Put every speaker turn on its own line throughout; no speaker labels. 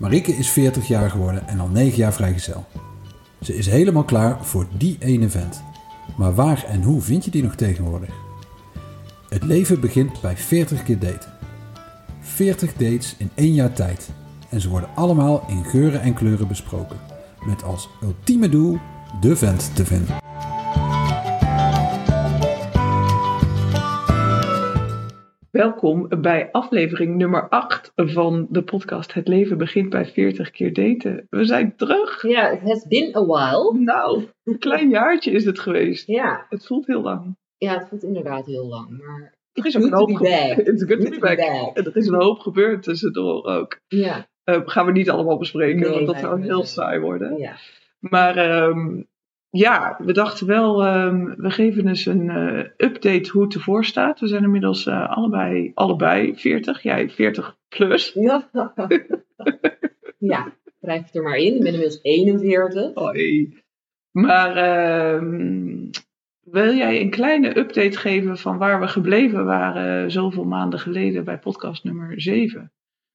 Marieke is 40 jaar geworden en al 9 jaar vrijgezel. Ze is helemaal klaar voor die ene vent. Maar waar en hoe vind je die nog tegenwoordig? Het leven begint bij 40 keer daten. 40 dates in één jaar tijd. En ze worden allemaal in geuren en kleuren besproken. Met als ultieme doel de vent te vinden.
Welkom bij aflevering nummer 8 van de podcast Het leven begint bij 40 keer daten. We zijn terug.
Ja, het has been a while.
Nou, een klein jaartje is het geweest.
Ja,
Het voelt heel lang.
ja het voelt inderdaad heel lang. Maar
Er is ook
Good
een
to
hoop
be
gebeurd.
back.
It's good to be back.
back.
En Er is een hoop gebeurd tussendoor ook.
ja,
Eh, gaan we niet allemaal bespreken,
Nee,
want dat
nee,
zou
nee, dus-
heel
nee.
saai worden.
ja.
Maar ehm, ja, we dachten wel, ehm, we geven eens een eh, update hoe het ervoor staat. We zijn inmiddels eh, allebei, allebei 40. Jij 40 plus.
Ja. ja, schrijf het er maar in. Ik ben inmiddels 41.
Hoi. Maar ehm, wil jij een kleine update geven van waar we gebleven waren zoveel maanden geleden bij podcast nummer 7?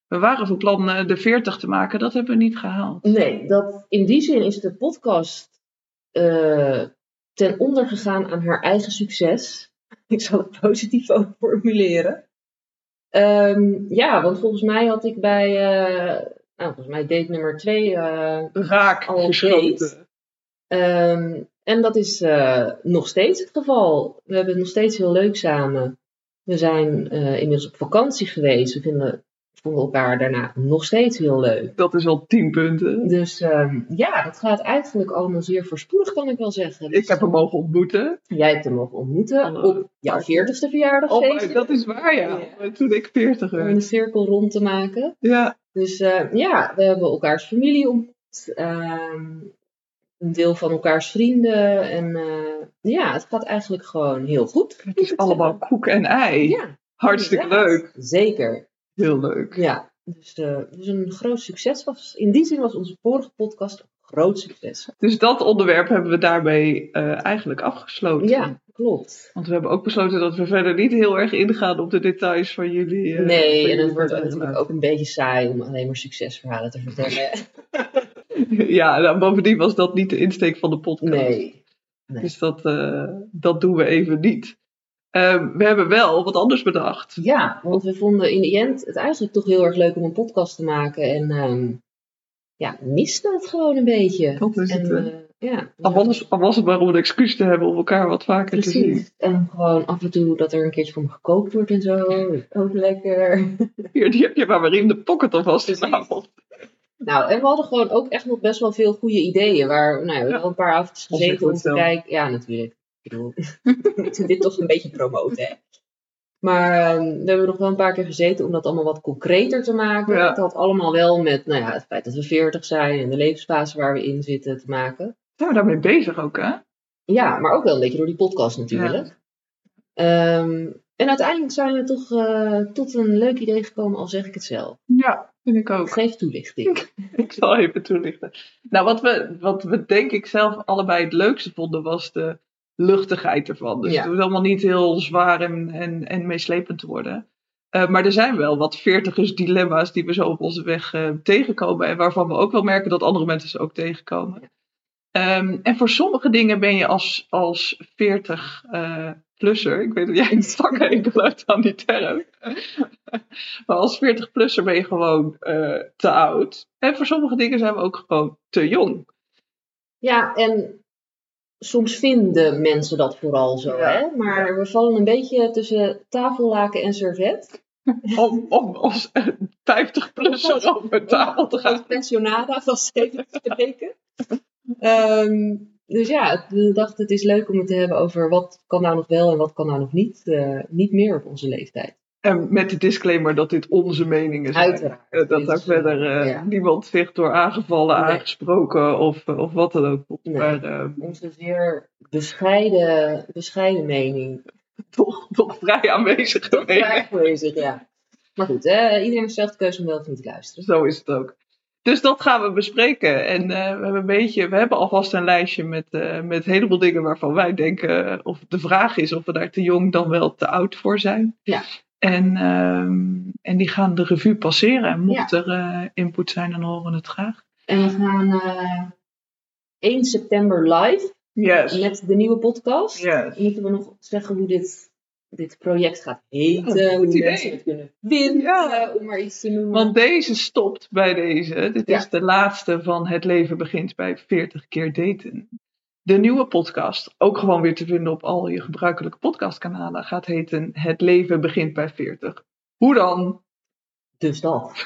We waren van plan eh, de 40 te maken, dat hebben we niet gehaald.
Nee, dat, in die zin is de podcast eh, ten onder gegaan aan haar eigen succes. Ik zal het positief ook formuleren. Ehm, ja, want volgens mij had ik bij, eh, nou, volgens mij date nummer eh, 2
Raak
Al
geschoten.
Ehm, en dat is eh, nog steeds het geval. We hebben het nog steeds heel leuk samen. We zijn eh, inmiddels op vakantie geweest. We vinden, vonden elkaar daarna nog steeds heel leuk.
Dat is al 10 punten.
Dus ehm, ja, dat gaat eigenlijk allemaal zeer voorspoedig, kan ik wel zeggen. Dus
Ik heb hem mogen ontmoeten.
Jij hebt hem mogen ontmoeten
Hallo.
op jouw 40ste verjaardag.
Oh, maar dat is waar, ja.
Ja. Mm.
Toen ik 40
Om een
werd.
cirkel rond te maken.
Ja,
Dus eh, ja, we hebben elkaars familie ontmoet, ehm, een deel van elkaars vrienden. En eh, ja, het gaat eigenlijk gewoon heel goed.
het is allemaal koek en ei.
Ja,
Hartstikke
inderdaad.
leuk.
Zeker,
Heel leuk.
ja. Dus, eh, dus een groot succes was. In die zin was onze vorige podcast een groot succes.
Dus dat onderwerp hebben we daarmee eh, eigenlijk afgesloten.
Ja, klopt.
Want we hebben ook besloten dat we verder niet heel erg ingaan op de details van jullie. eh, van
Nee, en
jullie
het wordt ook
verder.
natuurlijk ook een beetje saai om alleen maar succesverhalen te vertellen.
Ja, nou, bovendien was dat niet de insteek van de podcast.
Nee. nee.
Dus dat, eh, dat doen we even niet. Eh, we hebben wel wat anders bedacht.
Ja, want we vonden in de end het eigenlijk toch heel erg leuk om een podcast te maken. En ehm, ja, miste het gewoon een beetje.
Dat is
En,
het. eh.
eh, ja,
al, was, al was het maar om een excuus te hebben om elkaar wat vaker te zien.
precies. En gewoon af en toe dat er een keertje voor me gekookt wordt en zo. is Ook lekker.
Hier, die heb je maar weer in de pocket alvast
Precies.
vanavond.
Nou, en we hadden gewoon ook echt nog best wel veel goede ideeën. Waar nou, ja, we hebben wel een paar avondjes
Ons ligt
gezeten om
het
te
wel.
kijken. Ja, natuurlijk. Ik bedoel, we moeten dit toch een beetje promoten, hè? Maar ehm, we hebben nog wel een paar keer gezeten om dat allemaal wat concreter te maken.
Ja.
Het had allemaal wel met nou ja, het feit dat we 40 zijn en de levensfase waar we in zitten te maken.
Zijn we daarmee bezig ook, hè?
Ja, maar ook wel een beetje door die podcast natuurlijk. Ehm, en uiteindelijk zijn we toch eh, tot een leuk idee gekomen, al zeg ik het zelf.
Ja, vind ik ook.
Geef toelichting.
Ik zal even toelichten. Nou, wat we, wat we denk ik zelf allebei het leukste vonden, was de luchtigheid ervan. Dus
Ja.
het hoeft allemaal niet heel zwaar en, en, en meeslepend te worden. Eh, maar er zijn wel wat veertigers dilemma's die we zo op onze weg eh, tegenkomen. En waarvan we ook wel merken dat andere mensen ze ook tegenkomen. Ehm, en voor sommige dingen ben je als, als 40 eh, plusser. Ik weet dat jij een zak enkel uit aan die term. maar als 40 plusser ben je gewoon eh, te oud. En voor sommige dingen zijn we ook gewoon te jong.
Ja, en soms vinden mensen dat vooral zo,
Ja.
hè? Maar we vallen een beetje tussen tafellaken en servet.
Om, om als 50 plusser over tafel te
Om het
gaan.
pensionada vast even te spreken. Ehm, dus ja, we dachten het is leuk om het te hebben over wat kan nou nog wel en wat kan nou nog niet, eh, niet meer op onze leeftijd.
En met de disclaimer dat dit onze meningen zijn.
Uiteraard.
Eh, Dat daar
Dus,
verder eh,
ja.
niemand zich door aangevallen,
Nee.
aangesproken of, eh, of wat dan ook. voelt.
Nee.
Maar eh,
Onze zeer bescheiden, bescheiden mening.
toch, toch vrij aanwezig geweest.
Graag bezig, ja. Maar goed, hè, iedereen heeft zelf de keuze om wel of niet te luisteren.
Zo is het ook. Dus dat gaan we bespreken. En eh, we, hebben een beetje, we hebben alvast een lijstje met, eh, met een heleboel eh, dingen waarvan wij denken. of de vraag is of we daar te jong dan wel te oud voor zijn.
Ja.
En, ehm, en die gaan de revue passeren. En mocht er eh, input zijn, dan horen we het graag.
En we gaan eh 1 september live
Yes.
met de nieuwe podcast.
Yes.
Moeten we nog zeggen hoe dit, dit project gaat heten,
Oh,
hoe
goed
die
idee.
mensen het kunnen vinden,
Ja.
om maar iets te noemen.
Want deze stopt bij deze. Dit
Ja.
is de laatste van Het leven begint bij 40 keer daten. De nieuwe podcast, ook gewoon weer te vinden op al je gebruikelijke podcastkanalen, gaat heten Het leven begint bij 40. Hoe dan?
Dus dat.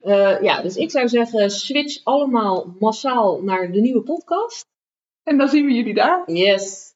Eh, ja, dus ik zou zeggen, switch allemaal massaal naar de nieuwe podcast.
En dan zien we jullie daar.
Yes.